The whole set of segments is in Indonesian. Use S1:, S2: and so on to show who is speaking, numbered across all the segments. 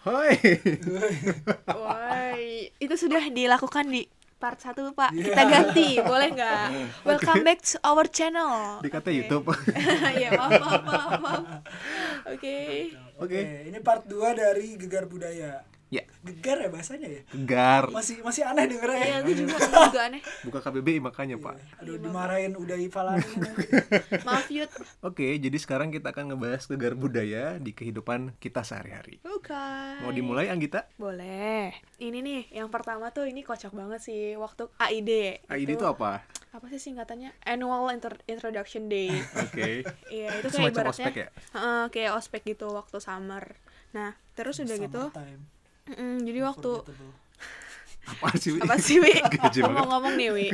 S1: Woi, itu sudah dilakukan di part 1, Pak.
S2: Iya.
S1: Kita ganti, boleh nggak? Welcome back to our channel.
S2: Dikata
S1: Oke.
S2: YouTube.
S1: Iya, maaf, maaf, maaf, maaf. Oke.
S2: Oke.
S3: ini part 2 dari Gegar Budaya.
S2: ya,
S3: Gegar ya bahasanya ya?
S2: Iya. gegar.
S3: Masih masih aneh dengernya ya.
S1: Iya, gue juga, gue juga aneh.
S2: Buka KBBI makanya, Pak.
S1: Iya.
S3: Aduh dimarahin udah Falani.
S1: kan Maaf, Yud.
S2: Oke, jadi sekarang kita akan ngebahas gegar budaya di kehidupan kita sehari-hari.
S1: Oke.
S2: Mau dimulai Anggita?
S1: Oh, Boleh. Ini nih, yang pertama tuh ini kocak banget sih waktu AID.
S2: AID itu apa?
S1: apa sih singkatannya? Annual Inter- Introduction Day.
S2: Oke.
S1: Iya, itu kayak
S2: Semacam
S1: ibaratnya
S2: ospek ya?
S1: Heeh, kayak ospek gitu waktu summer. Nah, terus udah gitu,
S3: Summertime.
S1: mm, jadi waktu
S3: Unforgettable.
S2: Apa sih? Wi?
S1: apa sih Wi?
S2: Gaji banget.
S1: Ngomong-ngomong nih Wi.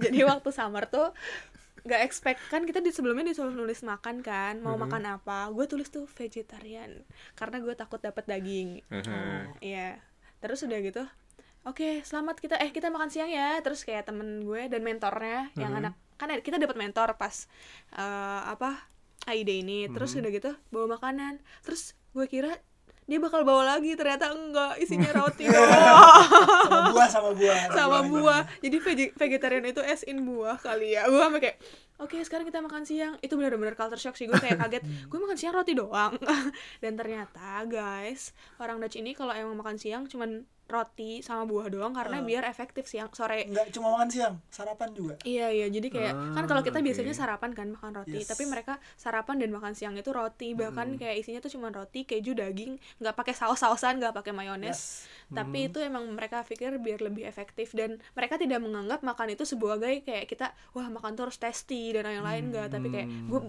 S1: jadi waktu summer tuh nggak expect kan kita di sebelumnya disuruh nulis makan kan
S2: Mm-hmm.
S1: mau makan apa gue tulis tuh vegetarian karena gue takut dapat daging
S2: Heeh.
S1: Iya. Terus udah gitu, oke selamat kita eh kita makan siang ya. Terus kayak temen gue dan mentornya yang anak
S2: Mm-hmm.
S1: kan ada- kita dapat mentor pas eh, apa AID ini. Terus
S2: Mm-hmm.
S1: udah gitu bawa makanan. Terus gue kira dia bakal bawa lagi ternyata enggak isinya roti Oh. doang
S3: Sama buah sama buah.
S1: sama buah jadi vege- vegetarian itu es in buah kali ya gue sampai kayak oke sekarang kita makan siang itu benar-benar culture shock sih gue kayak kaget
S2: Hmm.
S1: gue makan siang roti doang dan ternyata guys orang Dutch ini kalau emang makan siang cuman roti sama buah doang
S2: Ah.
S1: karena biar efektif siang sore
S3: Enggak cuma makan siang, sarapan juga.
S1: Iya iya jadi kayak kan kalau kita
S2: Ah,
S1: biasanya
S2: oke.
S1: sarapan kan makan roti
S3: Yes.
S1: tapi mereka sarapan dan makan siang itu roti bahkan
S2: Hmm.
S1: kayak isinya tuh cuman roti keju daging nggak pakai saus-sausan nggak pakai mayones
S3: Yes.
S1: tapi itu emang mereka pikir biar lebih efektif dan mereka tidak menganggap makan itu sebagai kayak kita wah makan tuh harus tasty dan lain-lain enggak tapi kayak gue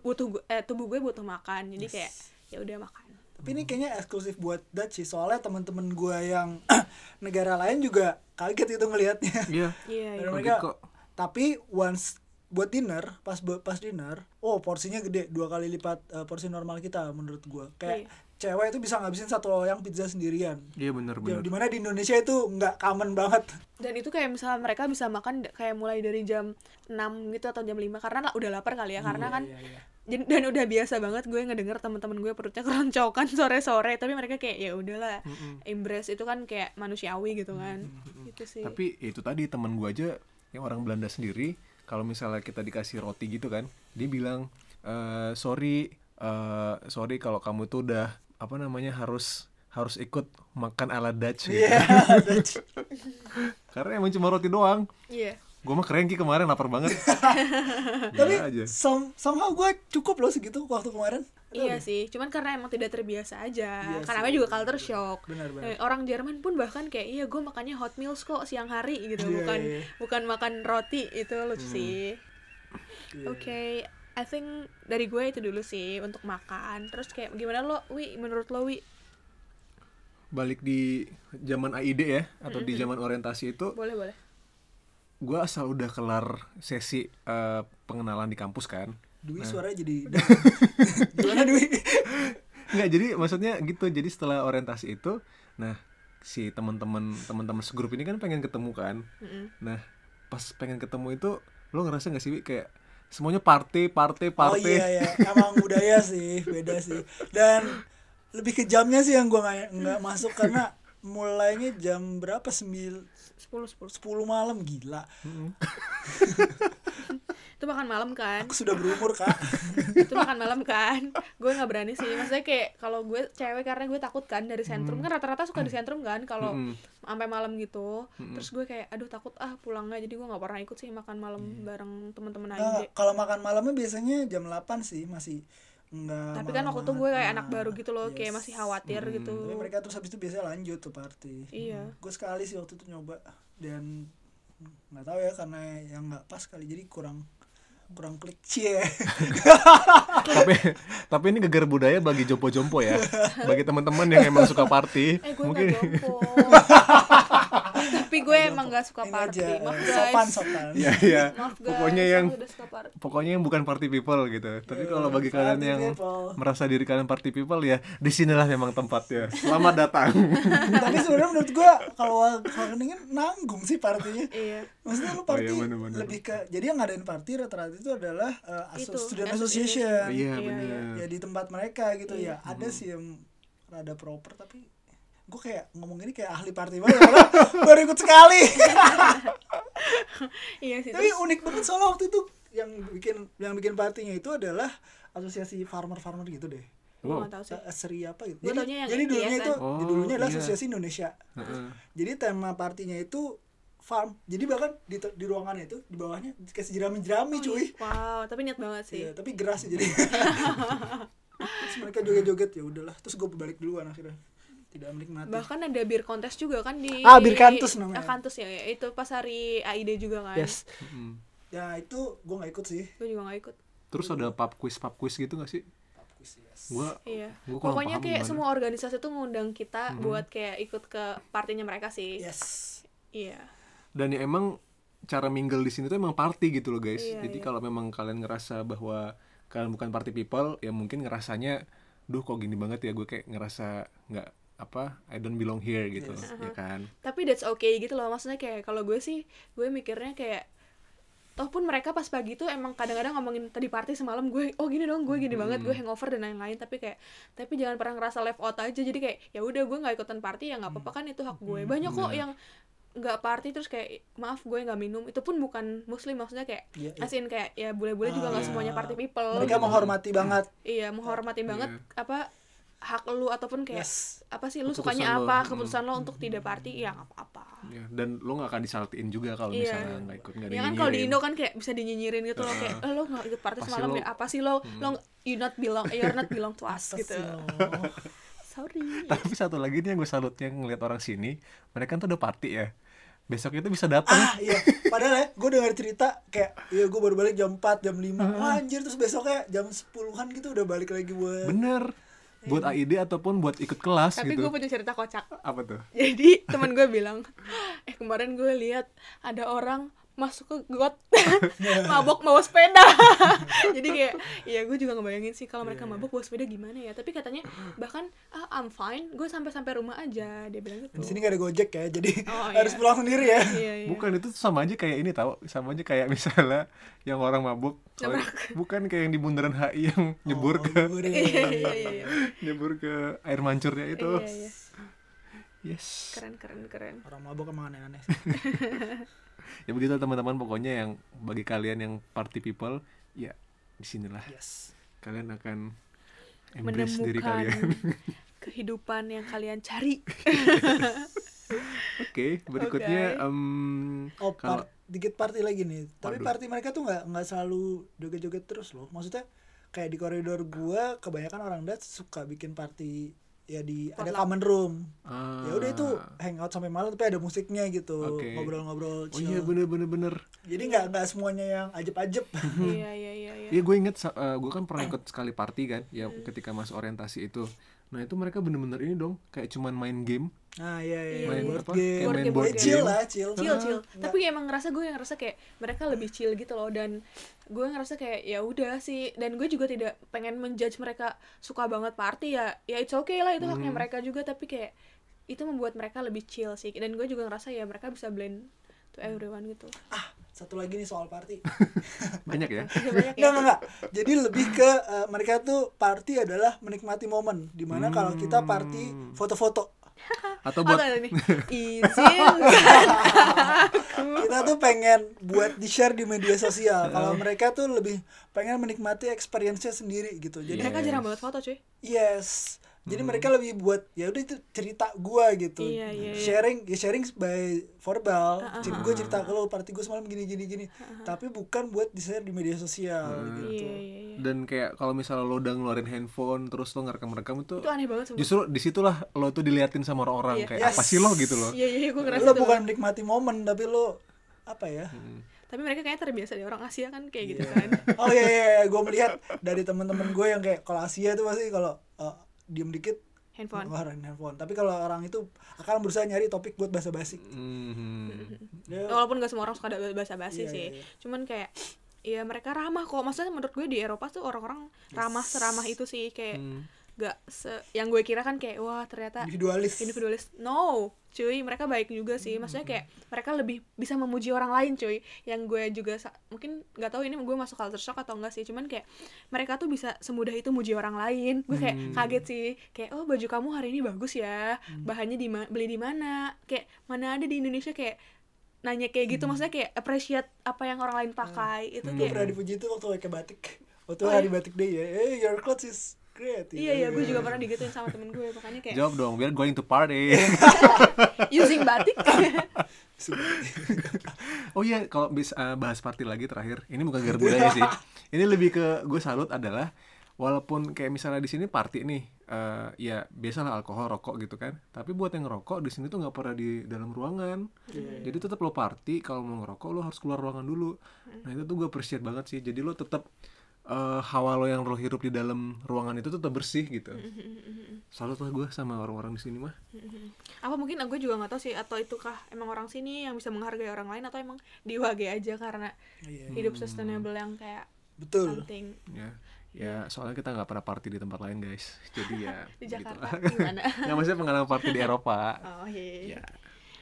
S1: butuh gua- eh, tubuh gue butuh makan jadi kayak ya udah makan
S3: Tapi ini kayaknya eksklusif buat Dutch sih, soalnya teman-teman gua yang negara lain juga kaget itu ngelihatnya.
S2: Iya.
S1: iya
S3: Dan
S1: iya.
S3: mereka
S2: kok.
S3: tapi once buat dinner pas bu- pas dinner oh porsinya gede dua kali lipat eh, porsi normal kita menurut gua kayak
S1: Iya.
S3: cewek itu bisa ngabisin satu loyang pizza sendirian
S2: Iya benar-benar.
S3: Di- dimana di Indonesia itu nggak common banget
S1: dan itu kayak misalnya mereka bisa makan da- kayak mulai dari jam 6 gitu atau jam 5 karena lah udah lapar kali ya karena kan
S2: Iya,
S1: dan, dan udah biasa banget gue ngedenger teman-teman gue perutnya keroncokan sore-sore tapi mereka kayak ya udahlah embrace itu kan kayak manusiawi gitu kan itu sih
S2: Tapi ya itu tadi teman gua aja yang orang Belanda sendiri kalau misalnya kita dikasih roti gitu kan, dia bilang eh sorry eh sorry kalau kamu tuh udah apa namanya harus harus ikut makan ala Dutch gitu.
S3: Iya, Dutch.
S2: Karena emang cuma roti doang.
S1: iya
S2: Gua mah keren Ki kemarin lapar banget.
S3: tapi
S2: Gila Iya aja.
S3: some- somehow gua cukup loh segitu waktu kemarin
S1: Iya sih, cuman karena emang tidak terbiasa aja. karena namanya juga culture shock.
S3: Iya Benar, benar.
S1: Eh, Orang Jerman pun bahkan kayak iya gue makannya hot meals kok siang hari gitu,
S3: Iya,
S1: bukan
S3: iya, Hmm. iya.
S1: bukan makan roti itu lucu sih.
S3: Iya.
S1: Oke, I think dari gue itu dulu sih untuk makan. Terus kayak gimana lo, Wi? Menurut lo, Wi?
S2: Balik di zaman AID ya atau di zaman orientasi itu
S1: Boleh, boleh.
S2: gua asal udah kelar sesi eh, pengenalan di kampus kan.
S3: Dwi suaranya jadi gimana Dwi
S2: Nggak, jadi maksudnya gitu. Jadi setelah orientasi itu, nah si teman-teman teman-teman segrup ini kan pengen ketemu kan. Nah, pas pengen ketemu itu lo ngerasa nggak sih Wi, kayak semuanya party, party,
S3: oh
S2: party.
S3: iya ya emang budaya sih beda sih dan lebih kejamnya sih yang gua nggak- nggak masuk karena mulainya jam berapa sembil
S1: 10 10.
S3: 10 malam gila
S1: Itu makan malam kan?
S3: aku sudah berumur kak
S1: itu makan malam kan gue nggak berani sih maksudnya kayak kalau gue cewek karena gue takut kan dari sentrum
S3: Hmm.
S1: kan rata-rata suka di sentrum kan kalau sampai malam gitu terus gue kayak aduh takut ah pulang nggak jadi gue nggak pernah ikut sih makan malam
S2: Iya.
S1: bareng teman-teman
S3: Nggak,
S1: aja
S3: Eh, kalau makan malamnya biasanya jam 8 sih masih nggak Nah,
S1: tapi kan waktu itu gue kayak anak baru gitu loh kayak masih khawatir gitu
S3: tapi mereka terus habis itu biasanya lanjut tuh party
S1: iya
S3: gue sekali sih waktu itu nyoba dan nggak tahu ya karena yang nggak pas kali jadi kurang kurang klik cie
S2: tapi tapi ini gegar budaya bagi jompo-jompo ya. Bagi teman-teman yang emang suka party,
S1: eh gue nggak
S2: mungkin
S1: jompo tapi gue emang nggak suka
S3: Ini
S1: party
S3: aja,
S1: maaf
S3: eh, sopan
S1: guys
S3: sopan
S2: ya ya.
S1: maaf guys
S2: Pokoknya yang
S1: aku udah suka party
S2: pokoknya yang bukan party people gitu. Tapi kalau bagi kalian
S3: party
S2: yang
S3: people.
S2: merasa diri kalian party people ya, disinilah memang tempatnya. Selamat datang.
S3: tapi sebenarnya menurut gue kalau Wageningen nanggung sih partinya
S1: iya
S3: Maksudnya lu
S2: Oh,
S3: party
S2: iya, bener-bener.
S3: lebih ke jadi yang ngadain party rata-rata itu adalah eh, aso-
S1: Itu,
S3: student Iya,
S1: association.
S3: association.
S2: Iya Hmm.
S1: Iya,
S2: benar.
S3: Ya di tempat mereka gitu ya. Ada sih yang rada proper tapi gue kayak ngomong ini kayak ahli party banget padahal baru ikut sekali
S1: iya sih
S3: tapi
S1: terus
S3: unik banget soalnya waktu itu yang bikin yang bikin partinya itu adalah asosiasi farmer farmer gitu deh
S1: gue nggak tahu sih
S3: Eh, seri apa gitu
S1: Gua taunya yang ya,
S3: jadi,
S1: kan?
S3: jadi dulunya
S1: ISN.
S3: itu
S2: Oh,
S3: dulunya adalah
S2: iya. Nah.
S3: asosiasi Indonesia
S2: Heeh.
S3: jadi tema partinya itu farm jadi bahkan di, di ruangannya itu di bawahnya dikasih jerami jerami cuy
S1: wow tapi niat banget Oh, iya, sih
S3: Iya, tapi geras sih jadi. terus mereka joget-joget ya udahlah. Terus gue balik duluan akhirnya. Tidak menikmati.
S1: bahkan ada bir kontes juga kan di
S3: Ah, bir kantus
S1: Ah,
S3: namanya.
S1: kantus ya, ya. itu pas hari AID juga kan
S3: Yes.
S2: Mm-mm.
S3: Ya itu gue nggak ikut sih.
S1: gue juga gak ikut
S2: Terus ada pub quiz pub quiz gitu gak sih?
S3: Bagus, yes.
S2: Gua
S1: iya
S2: Gua kurang
S1: pokoknya
S2: paham
S1: kayak
S2: gimana.
S1: semua organisasi tuh ngundang kita
S2: Mhm.
S1: buat kayak ikut ke partinya mereka sih
S3: Yes.
S1: iya
S2: dan ya emang cara mingle di sini tuh emang party gitu loh guys.
S1: Iya,
S2: Jadi
S1: iya.
S2: kalau memang kalian ngerasa bahwa kalian bukan party people, ya mungkin ngerasanya, duh kok gini banget ya gue kayak ngerasa nggak apa I don't belong here gitu,
S3: Yes.
S2: ya kan?
S1: tapi that's okay gitu loh maksudnya kayak kalau gue sih gue mikirnya kayak toh pun mereka pas pagi tuh emang kadang-kadang ngomongin tadi party semalam gue oh gini dong gue gini banget gue hangover dan lain-lain tapi kayak tapi jangan pernah ngerasa left out aja jadi kayak ya udah gue nggak ikutan party ya nggak
S2: Mm.
S1: apa-apa kan itu hak gue banyak
S2: Benar.
S1: kok yang nggak party terus kayak maaf gue nggak minum itu pun bukan muslim maksudnya kayak
S3: Iya, iya.
S1: asin kayak ya bule-bule juga
S2: iya.
S1: nggak
S3: Ah,
S1: semuanya party people
S3: Mereka
S1: gitu.
S3: menghormati banget.
S1: iya menghormati banget apa hak lu ataupun kayak
S3: Yes.
S1: apa sih lu
S2: Keputusan
S1: sukanya
S2: lo.
S1: apa
S2: Mm.
S1: keputusan lo untuk tidak party ya nggak apa-apa
S2: Ya, dan lo nggak akan disaltiin juga kalau
S1: Iya.
S2: misalnya nggak ikut nggak ada
S1: Ya
S2: yang
S1: kan kalau di
S2: nyinyirin.
S1: Indo kan kayak bisa dinyinyirin gitu loh kayak eh, lo nggak ikut party
S2: Pasti
S1: semalam
S2: lo-
S1: ya apa sih lo lo nggak- you not belong you're not belong to us gitu.
S3: Oh,
S1: Sorry.
S2: Tapi satu lagi nih yang gue salutnya ngelihat orang sini, mereka tuh udah party ya. Besok itu bisa datang.
S3: ah iya padahal ya gue dengar cerita kayak ya gue baru balik jam 4 jam 5 Wah, anjir terus besoknya jam 10-an gitu udah balik lagi buat
S2: Bener. Buat AID ataupun buat ikut kelas
S1: Iya. Tapi
S2: gitu.
S1: gue punya cerita kocak.
S2: Apa tuh?
S1: Jadi teman gue bilang, eh kemarin gue lihat ada orang masuk ke got mabok bawa sepeda. Jadi kayak ya gue juga ngebayangin sih kalau
S2: Iya.
S1: mereka mabok bawa sepeda gimana ya. Tapi katanya bahkan ah, I'm fine, gue sampai sampai rumah aja dia bilang
S3: di
S1: gitu.
S3: sini gak ada gojek ya jadi
S1: Oh,
S3: harus
S1: iya.
S3: pulang sendiri ya
S1: Iya, iya.
S2: Bukan itu tuh sama aja kayak ini tahu, sama aja kayak misalnya yang orang mabuk. Kalau- bukan kayak yang di bundaran HI yang nyebur
S3: Oh,
S2: ke
S3: gue deh.
S1: Iya iya iya, iya.
S2: nyebur ke air mancurnya itu.
S1: Iya iya.
S2: Yes.
S1: Keren keren keren.
S3: orang mabok emang aneh-aneh
S2: Ya begitu teman-teman pokoknya yang bagi kalian yang party people, ya disinilah
S3: yes
S2: kalian akan embrace
S1: Iya. menemukan
S2: diri kalian.
S1: kehidupan yang kalian cari.
S2: Oke, berikutnya
S1: Oke.
S2: em,
S3: Oh,
S2: kalau
S3: part, dikit party lagi nih. Tapi
S2: Waduh.
S3: party mereka tuh nggak nggak selalu joget-joget terus loh. Maksudnya kayak di koridor gua kebanyakan orang Dutch suka bikin party ya di ada
S1: Potluck.
S3: common room.
S2: ah,
S3: Ya udah itu hangout sampai malam tapi ada musiknya gitu.
S2: Oke.
S3: Ngobrol-ngobrol
S2: Oh iya
S3: chill.
S2: bener bener bener.
S3: Jadi nggak nggak semuanya yang ajeb-ajeb.
S1: Iya iya iya iya. Hmm.
S2: Iya gue inget, sa- eh, gue kan pernah ikut sekali party kan, ya ketika masuk orientasi itu. Nah itu mereka bener-bener ini dong, kayak cuman main game.
S3: Nah, iya iya.
S1: Iya,
S3: main
S1: iya.
S3: board
S2: Apa?
S3: game.
S1: Board game, board
S3: Ya, chill
S2: game.
S3: lah, chill.
S1: Chill chill.
S3: Nggak-
S1: Tapi emang ngerasa gue yang ngerasa kayak mereka lebih chill gitu loh dan gue ngerasa kayak ya udah sih dan gue juga tidak pengen menjudge mereka suka banget party ya ya it's okay lah itu
S3: Hmm.
S1: haknya mereka juga tapi kayak itu membuat mereka lebih chill sih dan gue juga ngerasa ya mereka bisa blend to
S3: Hmm.
S1: everyone gitu
S3: Ah, satu lagi nih soal party.
S2: Banyak ya.
S1: Ada banyak
S3: Iya. Enggak,
S1: ya
S3: enggak, enggak. Jadi lebih ke eh, mereka tuh party adalah menikmati momen. Dimana kalau kita party foto-foto.
S2: Atau
S1: Oh,
S2: buat
S1: tau nih izinkan
S3: kita tuh pengen buat di share di media sosial kalau mereka tuh lebih pengen menikmati experience-nya sendiri gitu jadi
S1: mereka jarang banget foto cuy
S3: yes jadi mereka lebih buat ya udah itu cerita gua gitu
S1: Iya, iya, Ah, iya.
S3: sharing ya sharing by verbal jadi gua cerita kalau party gua semalam gini gini gini
S1: Ah,
S3: tapi bukan buat di share di media sosial gitu
S1: iya iya iya
S2: dan kayak kalau misalnya lo udah ngeluarin handphone terus lo ngerekam-rekam itu
S1: itu aneh banget sumpah.
S2: justru disitulah lo tuh diliatin sama orang-orang
S1: Iya.
S2: kayak
S3: Yes.
S2: apa sih lo gitu lo
S1: Iya iya gue ngerasa
S3: lo
S1: itu.
S3: bukan menikmati momen tapi lo apa ya
S1: Tapi mereka kayaknya terbiasa di orang Asia kan kayak gitu
S3: Iya.
S1: kan.
S3: oh iya iya, iya. gue melihat dari teman-teman gue yang kayak kalau Asia tuh pasti kalau eh, diem dikit
S1: Handphone.
S3: ngeluarin handphone tapi kalau orang itu akan berusaha nyari topik buat basa
S2: Hmm.
S3: basi
S2: Mhm.
S3: ya,
S1: Walaupun gak semua orang suka bahasa basi
S3: Iya,
S1: sih.
S3: iya, iya.
S1: Cuman kayak ya mereka ramah kok. Maksudnya menurut gue di Eropa tuh orang-orang ramah seramah itu sih kayak
S2: Hmm.
S1: gak se yang gue kira kan kayak wah ternyata
S3: individualis
S1: individualis no cuy mereka baik juga sih maksudnya kayak mereka lebih bisa memuji orang lain cuy yang gue juga sa- mungkin nggak tahu ini gue masuk culture shock atau enggak sih cuman kayak mereka tuh bisa semudah itu muji orang lain gue kayak kaget sih kayak oh baju kamu hari ini bagus ya bahannya di ma- beli di mana kayak mana ada di Indonesia kayak nanya kayak gitu maksudnya kayak appreciate apa yang orang lain pakai itu
S3: gue
S1: kayak
S3: pernah dipuji itu waktu pakai batik waktu
S1: Oh,
S3: hari
S1: iya.
S3: batik day ya eh your clothes is creative
S1: iya iya gue juga pernah digituin sama temen gue makanya kayak
S2: Jawab dong, biar going to party.
S1: using batik
S3: iya.
S2: oh iya, kalau bis, eh, bahas party lagi terakhir, ini bukan gara
S1: Iya.
S2: budaya sih. Ini lebih ke gue salut adalah walaupun kayak misalnya di sini party nih, eh, ya biasalah alkohol, rokok gitu kan. Tapi buat yang ngerokok di sini tuh nggak pernah di dalam ruangan.
S1: Iya,
S2: Jadi tetap lo party kalau mau ngerokok lo harus keluar ruangan dulu. Nah itu tuh gue appreciate banget sih. Jadi lo tetap eh, hawa lo yang lo hirup di dalam ruangan itu tetap bersih gitu.
S1: Mm-hmm.
S2: Salut lah gue sama orang-orang di sini mah.
S1: apa mungkin gue juga nggak tahu sih atau itukah emang orang sini yang bisa menghargai orang lain atau emang diwage aja karena
S3: Iya,
S1: hidup sustainable yang kayak
S3: betul
S1: something
S2: Ya, ya soalnya kita nggak pernah party di tempat lain guys. Jadi ya.
S1: di
S2: begitu
S1: Jakarta
S2: lah.
S1: gimana
S2: Nggak maksudnya pengalaman party di Eropa.
S1: oh iya
S2: Ya.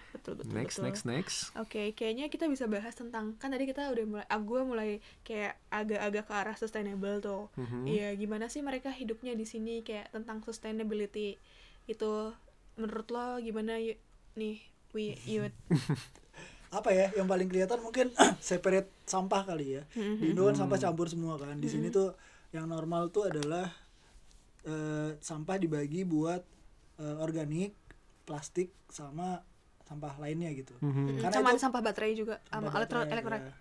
S1: betul betul
S2: Next,
S1: betul.
S2: next, next.
S1: Oke, kayaknya kita bisa bahas tentang kan tadi kita udah mulai, ah, gue mulai kayak agak-agak ke arah sustainable tuh.
S2: Mhm.
S3: Hmm.
S1: Iya, gimana sih mereka hidupnya di sini kayak tentang sustainability itu menurut lo gimana Yu- nih we youth?
S3: apa ya yang paling kelihatan mungkin separate sampah kali ya
S1: Mm-hmm.
S3: di Indo kan sampah campur semua kan di sini tuh yang normal tuh adalah eh, sampah dibagi buat eh, organik plastik sama sampah lainnya gitu
S2: Mhm.
S1: Mm,
S3: Karena
S1: Sama
S3: itu-
S1: ada sampah baterai juga sama
S3: Sampah
S1: elektro
S3: baterai,
S1: elektronik.
S3: ya.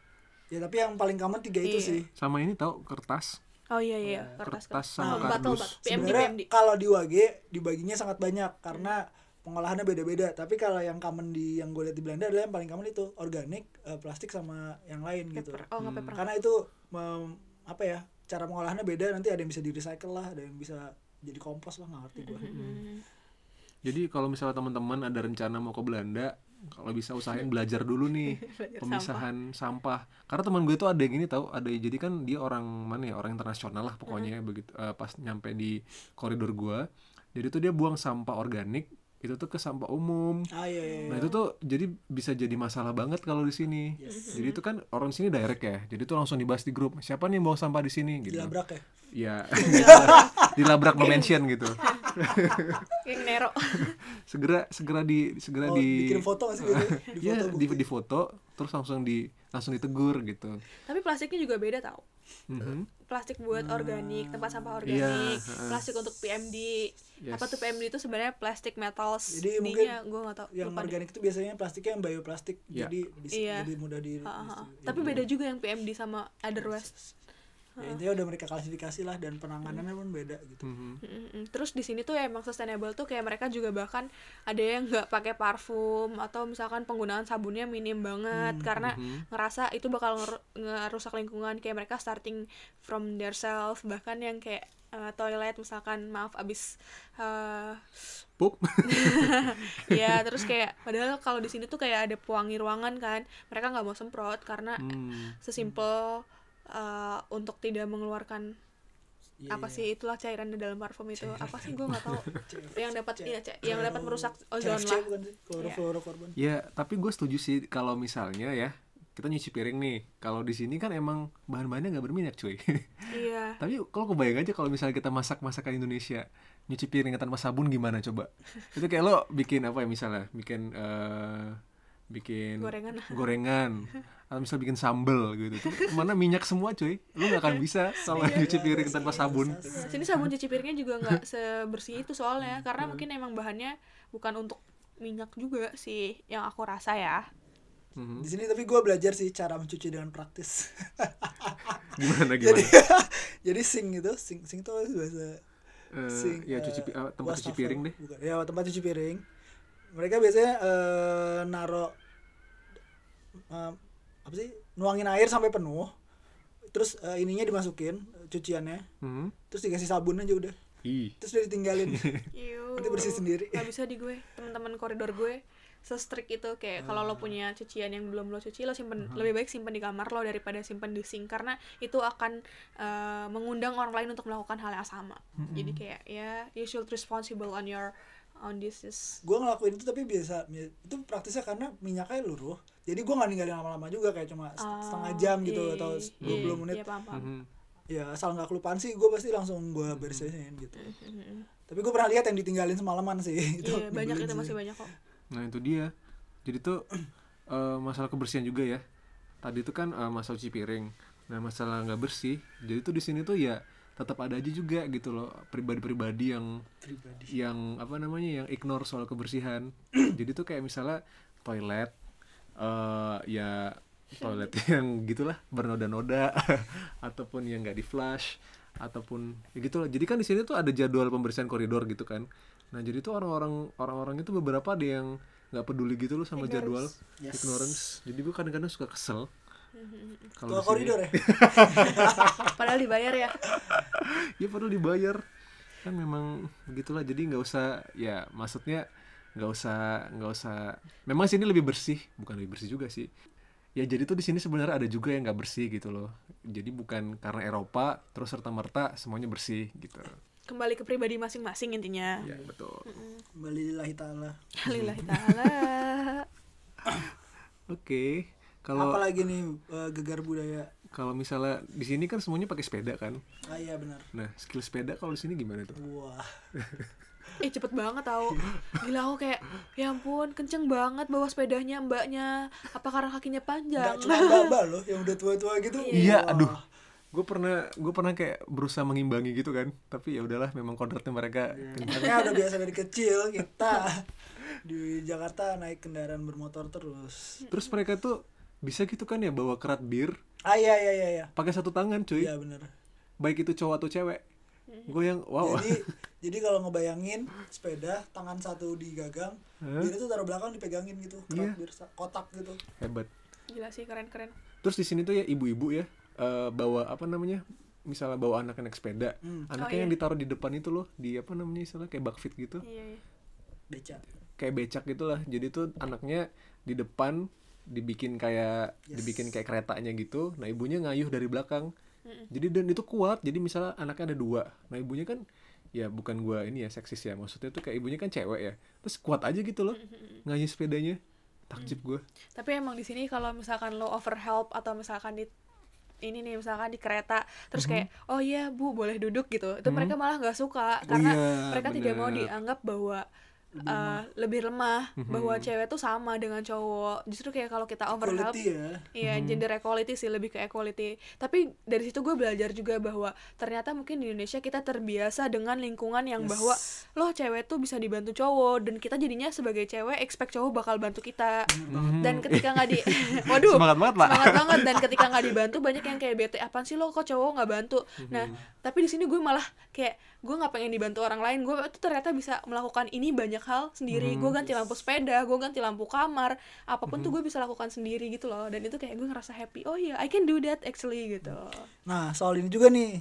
S3: ya tapi yang paling common tiga itu
S1: Iya.
S3: sih
S2: Sama ini tau kertas.
S1: Oh iya iya,
S2: Kertas,
S1: kertas kertas.
S2: sama
S1: Nah,
S2: kardus.
S1: botol, botol. PMD PMD.
S3: sebenarnya kalau di Wage dibaginya sangat banyak karena pengolahannya beda-beda tapi kalau yang common di yang gue lihat di Belanda adalah yang paling common itu organik eh, plastik sama yang lain gitu
S1: Paper. Oh, nggak paper.
S3: karena itu mem- apa ya cara pengolahnya beda nanti ada yang bisa di recycle lah ada yang bisa jadi kompos lah nggak ngerti gue
S2: Jadi kalau misalnya teman-teman ada rencana mau ke Belanda, kalau bisa usahain belajar dulu nih
S1: Belajar
S2: pemisahan sampah. Karena teman gue tuh ada yang ini tahu, ada jadi kan dia orang mana ya, orang internasional lah
S1: Mhm.
S2: pokoknya begitu eh, pas nyampe di koridor gue. Jadi tuh dia buang sampah organik itu tuh ke sampah umum.
S3: ah iya iya iya.
S2: Nah itu tuh jadi bisa jadi masalah banget kalau di sini.
S3: Mm-hmm.
S2: Jadi itu kan orang sini direct ya. Jadi itu langsung dibahas di grup. Siapa nih yang bawa sampah di sini gitu.
S3: dilabrak ya
S2: Ya. dilabrak- dilabrak mention gitu.
S1: Yang Nero.
S2: Segera segera di segera
S3: oh
S2: di
S3: dikirim foto nggak sih gitu di
S2: Iya,
S3: foto
S2: di, di foto terus langsung di langsung ditegur gitu.
S1: Tapi plastiknya juga beda tau.
S2: Mhm.
S1: Plastik buat
S3: Hmm.
S1: organik, tempat
S3: Iya.
S1: sampah organik, plastik untuk PMD.
S2: Yes.
S1: Apa tuh PMD itu sebenarnya plastic metals.
S3: Jadi mungkin
S1: Dinya gue nggak tahu.
S3: yang
S1: lupa deh.
S3: organik itu biasanya plastiknya yang bioplastik
S2: Ya.
S3: jadi bisa
S1: Iya.
S3: jadi mudah di
S1: Ha, ha, ha.
S3: di-
S1: Tapi beda juga yang PMD sama other waste.
S3: ya, intinya udah mereka klasifikasi lah dan penanganannya pun beda gitu
S2: Mhm.
S1: Mm-mm. Hmm, Terus di sini tuh emang sustainable tuh kayak mereka juga bahkan ada yang nggak pakai parfum atau misalkan penggunaan sabunnya minim banget
S3: Hmm, Nah.
S1: karena
S2: Mm-hmm.
S1: ngerasa itu bakal nger- ngerusak lingkungan kayak mereka starting from their self bahkan yang kayak eh, toilet misalkan maaf abis eh,
S2: Pup.
S1: ya terus kayak padahal kalau di sini tuh kayak ada pewangi ruangan kan mereka nggak mau semprot karena
S2: Hmm.
S1: sesimpel eh, untuk tidak mengeluarkan
S3: Iya,
S1: apa
S3: iya.
S1: sih itulah cairan di dalam parfum itu apa sih gue nggak tahu yang dapat
S3: C-
S1: iya, C- yang dapat merusak ozon lah
S3: CFC
S1: Iya.
S3: bukan sih klorofluorokarbon
S2: Ya, tapi gue setuju sih kalau misalnya ya kita nyuci piring nih. Kalau di sini kan emang bahan-bahannya nggak berminyak, cuy.
S1: iya
S2: tapi kalau kebayang aja kalau misalnya kita masak masakan Indonesia, nyuci piring tanpa sabun gimana coba? Itu kayak lo bikin apa ya misalnya? Bikin eh bikin
S1: Gorengan.
S2: gorengan. atau misal bikin sambel gitu tuh mana minyak semua cuy lu nggak akan bisa kalau nyuci piring tanpa sabun
S1: Iya, sini sabun cuci piringnya juga nggak sebersih itu soalnya karena mungkin emang bahannya bukan untuk minyak juga sih yang aku rasa ya
S2: Mhm.
S3: di sini tapi gue belajar sih cara mencuci dengan praktis
S2: gimana gimana
S3: jadi jadi sing gitu sing sing tuh bahasa
S2: Eh,
S3: sing
S2: ya cuci pi-
S3: eh,
S2: eh, tempat cuci
S3: wastafel.
S2: piring deh
S3: Bukan. ya tempat cuci piring mereka biasanya eh, naro eh, apa sih nuangin air sampai penuh terus eh, ininya dimasukin eh, cuciannya
S2: Mhm.
S3: terus dikasih sabun aja udah
S2: Ih.
S3: terus udah ditinggalin
S1: Iu,
S3: Nanti bersih sendiri.
S1: nggak bisa di gue teman-teman koridor gue se-strict itu kayak kalau lo punya cucian yang belum lo cuci lo
S3: Hmm.
S1: simpen lebih baik simpen di kamar lo daripada simpen di sink karena itu akan eh, mengundang orang lain untuk melakukan hal yang sama
S3: Hmm.
S1: jadi kayak ya you should responsible on your on this is
S3: gue ngelakuin itu tapi biasa ya, itu praktisnya karena minyaknya luruh jadi gue nggak ninggalin lama-lama juga kayak cuma set- setengah jam gitu atau
S2: Hmm.
S3: 20 menit
S1: eh, iya, paham, paham.
S3: ya asal nggak kelupaan sih gue pasti langsung gue
S1: Hmm.
S3: beresin gitu tapi gue pernah lihat yang ditinggalin semalaman sih itu
S1: Iya, banyak
S3: nyebelin
S1: itu
S3: Gitu. sih.
S1: masih banyak kok
S2: Nah itu dia. Jadi tuh eh, masalah kebersihan juga ya. Tadi itu kan eh, masalah cuci piring. Nah masalah nggak bersih. Jadi tuh di sini tuh ya tetap ada aja juga gitu loh pribadi-pribadi yang
S3: pribadi
S2: yang apa namanya yang ignore soal kebersihan. Jadi tuh kayak misalnya toilet eh ya toilet yang gitulah bernoda-noda ataupun yang nggak di flush ataupun ya gitu loh. Jadi kan di sini tuh ada jadwal pembersihan koridor gitu kan. Nah, jadi tuh orang-orang orang-orang itu beberapa ada yang nggak peduli gitu loh sama jadwal
S3: Yes.
S2: ignorance. Jadi gue kadang-kadang suka kesel. Kalau
S3: Tua
S2: di sini-
S3: koridor ya
S1: padahal dibayar ya
S2: ya perlu dibayar kan memang begitulah jadi nggak usah ya maksudnya nggak usah nggak usah memang sini lebih bersih bukan lebih bersih juga sih ya jadi tuh di sini sebenarnya ada juga yang nggak bersih gitu loh jadi bukan karena Eropa terus serta merta semuanya bersih gitu
S1: kembali ke pribadi masing-masing intinya
S2: ya betul
S3: kembali lillahi ta'ala Iya.
S1: Lillahi ta'ala
S2: oke kalau
S3: apalagi nih eh, gegar budaya
S2: kalau misalnya di sini kan semuanya pakai sepeda kan
S3: ah iya benar
S2: nah skill sepeda kalau di sini gimana tuh
S3: wah
S1: Eh cepet banget tau Gila aku kayak Ya ampun kenceng banget bawa sepedanya mbaknya Apa karena kakinya
S3: nggak
S1: panjang
S3: cuma baba loh yang udah tua-tua gitu
S2: Iya,
S3: Wah.
S2: aduh. Gue pernah gue pernah kayak berusaha mengimbangi gitu kan, tapi ya udahlah memang kodratnya mereka kencang.
S3: Ya udah biasa dari kecil kita di Jakarta naik kendaraan bermotor terus.
S2: Terus mereka tuh bisa gitu kan ya bawa kerat bir
S3: Ah iya iya iya iya.
S2: pakai satu tangan cuy,
S3: Iya bener.
S2: baik itu cowok atau cewek. Gue yang wow.
S3: Jadi jadi kalau ngebayangin sepeda tangan satu di gagang, dia itu taruh belakang dipegangin gitu,
S2: Iya.
S3: kerak bir- kotak gitu.
S2: hebat.
S1: Gila sih keren-keren
S2: Terus di sini tuh ya ibu-ibu ya eh, bawa apa namanya? Misalnya bawa anak naik sepeda,
S3: Mm.
S2: anaknya
S3: Oh, iya.
S2: yang ditaruh di depan itu loh, di apa namanya istilahnya kayak bakfit gitu.
S1: Iya iya
S3: Beca.
S2: kayak becak gitulah jadi tuh anaknya di depan dibikin kayak
S3: Yes.
S2: dibikin kayak keretanya gitu nah ibunya ngayuh dari belakang jadi dan itu kuat jadi misalnya anaknya ada dua nah ibunya kan ya bukan gua ini ya seksis ya maksudnya tuh kayak ibunya kan cewek ya terus kuat aja gitu loh ngayuh sepedanya takjub
S1: Mm.
S2: gua
S1: Tapi emang di sini kalau misalkan lo over help Atau misalkan di ini nih misalkan di kereta terus kayak oh iya bu boleh duduk gitu itu mereka malah nggak suka karena
S2: iya,
S1: mereka tidak mau
S2: bener.
S1: dianggap bahwa eh, lebih lemah bahwa cewek tuh sama dengan cowok justru kayak kalau kita over help
S3: Quality ya.
S1: Iya, gender equality sih lebih ke equality. Tapi dari situ gue belajar juga bahwa ternyata mungkin di Indonesia kita terbiasa dengan lingkungan yang
S3: Yes.
S1: bahwa loh cewek tuh bisa dibantu cowok dan kita jadinya sebagai cewek expect cowok bakal bantu kita.
S2: Mm-hmm.
S1: Dan ketika nggak di, waduh,
S2: Hmm. Semangat banget lah.
S1: semangat banget. dan ketika nggak dibantu banyak yang kayak bete apaan sih lo kok cowok nggak bantu. Nah,
S2: Hmm.
S1: tapi di sini gue malah kayak gue nggak pengen dibantu orang lain. Gue tuh ternyata bisa melakukan ini banyak hal sendiri. Gue
S2: Hmm.
S1: ganti lampu sepeda, gue ganti lampu kamar, apapun tuh gue bisa lakukan sendiri gitu loh. Dan itu kayak gue ngerasa happy. Oh iya, I can do that actually gitu.
S2: Hmm.
S3: Nah, soal ini juga nih.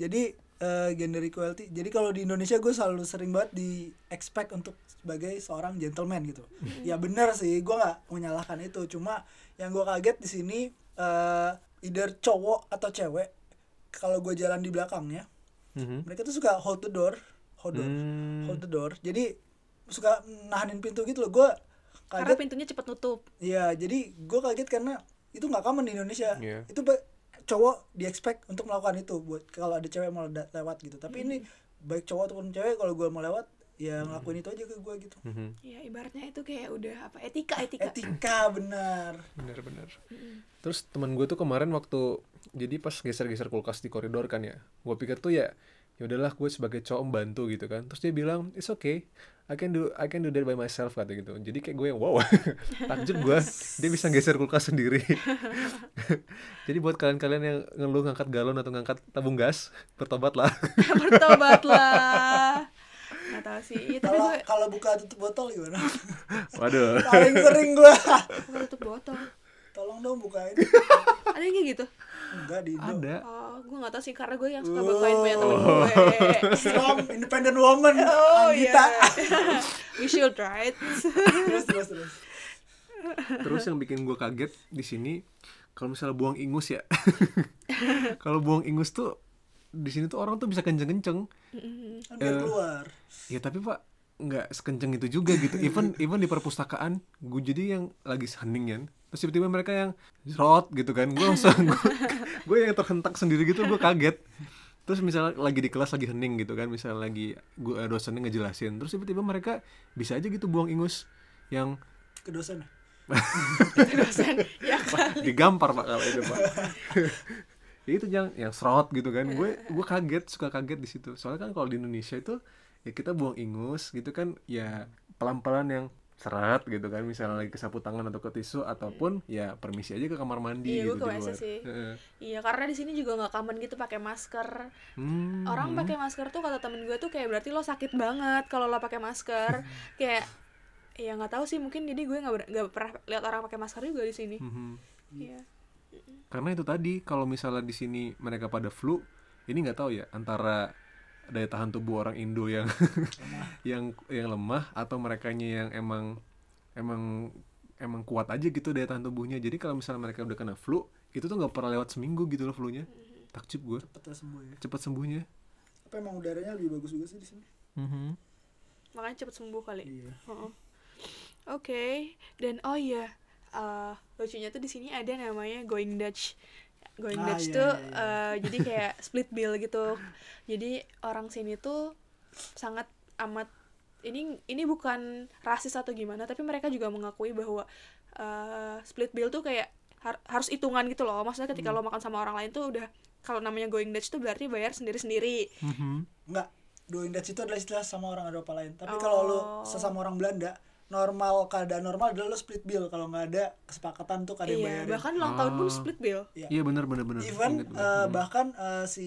S3: Jadi eh, gender equality. Jadi kalau di Indonesia gue selalu sering banget di expect untuk sebagai seorang gentleman gitu. Ya bener sih, gue nggak menyalahkan itu. Cuma yang gue kaget di sini eh either cowok atau cewek kalau gue jalan di belakangnya,
S2: Mhm.
S3: mereka tuh suka hold the door, hold door,
S2: Hmm.
S3: hold the door. Jadi suka nahanin pintu gitu loh. Gue
S1: Karena
S3: kaget
S1: pintunya cepet nutup.
S3: Iya, jadi gue kaget karena itu nggak common di Indonesia.
S2: Iya.
S3: Itu ba- cowok di expect untuk melakukan itu buat kalau ada cewek mau da- lewat gitu. Tapi ini
S1: Hmm.
S3: baik cowok ataupun cewek kalau gue mau lewat ya
S2: Hmm.
S3: ngelakuin itu aja ke gue gitu.
S2: Mhm.
S1: Ya ibaratnya itu kayak udah apa etika etika.
S3: Etika benar.
S2: Bener-bener. Terus teman gue tuh kemarin waktu jadi pas geser-geser kulkas di koridor kan ya, gue pikir tuh ya ya udahlah gue sebagai cowok membantu gitu kan. Terus dia bilang it's okay, I can do I can do that by myself kata gitu. Jadi kayak gue yang wow, takjub gue dia bisa geser kulkas sendiri. jadi buat kalian-kalian yang ngeluh ngangkat galon atau ngangkat tabung gas, bertobatlah.
S1: Bertobatlah. Gak tau sih. Iya, tapi
S3: Kalau
S1: gue
S3: kalau buka tutup botol gimana?
S2: Waduh.
S3: Paling sering gue.
S1: gue tutup botol.
S3: Tolong dong bukain.
S1: Ada yang kayak gitu?
S3: Enggak di Indo.
S2: Ada.
S1: Oh, gue gue nggak tahu sih karena gue yang suka bawain punya temen gue
S3: Strong independent woman
S1: oh iya
S3: Anggita.
S1: we should right
S3: terus terus terus.
S2: Terus yang bikin gue kaget di sini kalau misalnya buang ingus ya. kalau buang ingus tuh di sini tuh orang tuh bisa kenceng-kenceng.
S3: Kan biar
S2: Eh.
S3: keluar.
S2: Ya tapi Pak nggak sekenceng itu juga gitu. Even even di perpustakaan gue jadi yang lagi hening ya. Terus tiba-tiba mereka yang rot gitu kan. Gue langsung gue yang terhentak sendiri gitu gue kaget. Terus misalnya lagi di kelas lagi hening gitu kan, misalnya lagi gua eh, dosennya ngejelasin, terus tiba-tiba mereka bisa aja gitu buang ingus yang
S3: Ke dosen.
S1: dosen ya
S2: Wah, digampar pak kalau itu pak Ya itu yang yang serot gitu kan gue gue kaget suka kaget di situ soalnya kan kalau di Indonesia itu ya kita buang ingus gitu kan ya pelan pelan yang seret gitu kan misalnya lagi ke sapu tangan atau ke tisu ataupun ya permisi aja ke kamar mandi
S1: Iya,
S2: gitu
S1: gue
S2: di
S1: ke WC
S2: luar
S1: sih.
S2: Heeh.
S1: iya karena di sini juga nggak common gitu pakai masker
S2: Hmm.
S1: orang pakai masker tuh kata temen gue tuh kayak berarti lo sakit banget kalau lo pakai masker kayak ya nggak tahu sih mungkin jadi gue nggak ber- nggak pernah lihat orang pakai masker juga di sini
S2: Mhm.
S1: iya
S2: karena itu tadi kalau misalnya di sini mereka pada flu ini nggak tahu ya antara daya tahan tubuh orang Indo yang yang yang lemah atau mereka yang emang emang emang kuat aja gitu daya tahan tubuhnya jadi kalau misalnya mereka udah kena flu itu tuh nggak pernah lewat seminggu gitu loh flu-nya takjub gue
S3: Peta sembuh ya.
S2: cepat sembuhnya
S3: Apa emang udaranya lebih bagus juga sih di sini?
S1: makanya cepet sembuh kali
S3: Iya.
S1: Heeh. Oke, dan oh iya, eh, lucunya tuh di sini ada namanya going Dutch. Going
S3: Ah,
S1: Dutch
S3: iya,
S1: tuh
S3: iya,
S1: eh, jadi kayak split bill gitu. Jadi orang sini tuh sangat amat ini ini bukan rasis atau gimana, tapi mereka juga mengakui bahwa eh, split bill tuh kayak har- harus hitungan gitu loh. Maksudnya ketika
S3: Hmm.
S1: lo makan sama orang lain tuh udah kalau namanya going Dutch tuh berarti bayar sendiri-sendiri.
S3: Enggak. Doing Dutch itu adalah istilah sama orang Eropa lain. Tapi
S1: Oh.
S3: kalau lu sesama orang Belanda, normal keadaan normal adalah lu split bill kalau nggak ada kesepakatan tuh kadang
S1: Iya,
S3: bayarin.
S1: bahkan ulang tahun pun
S2: Ah.
S1: split bill.
S3: Iya.
S2: iya benar benar benar
S3: Even
S2: Ingat
S3: eh,
S2: gua. Mhm.
S3: bahkan eh, si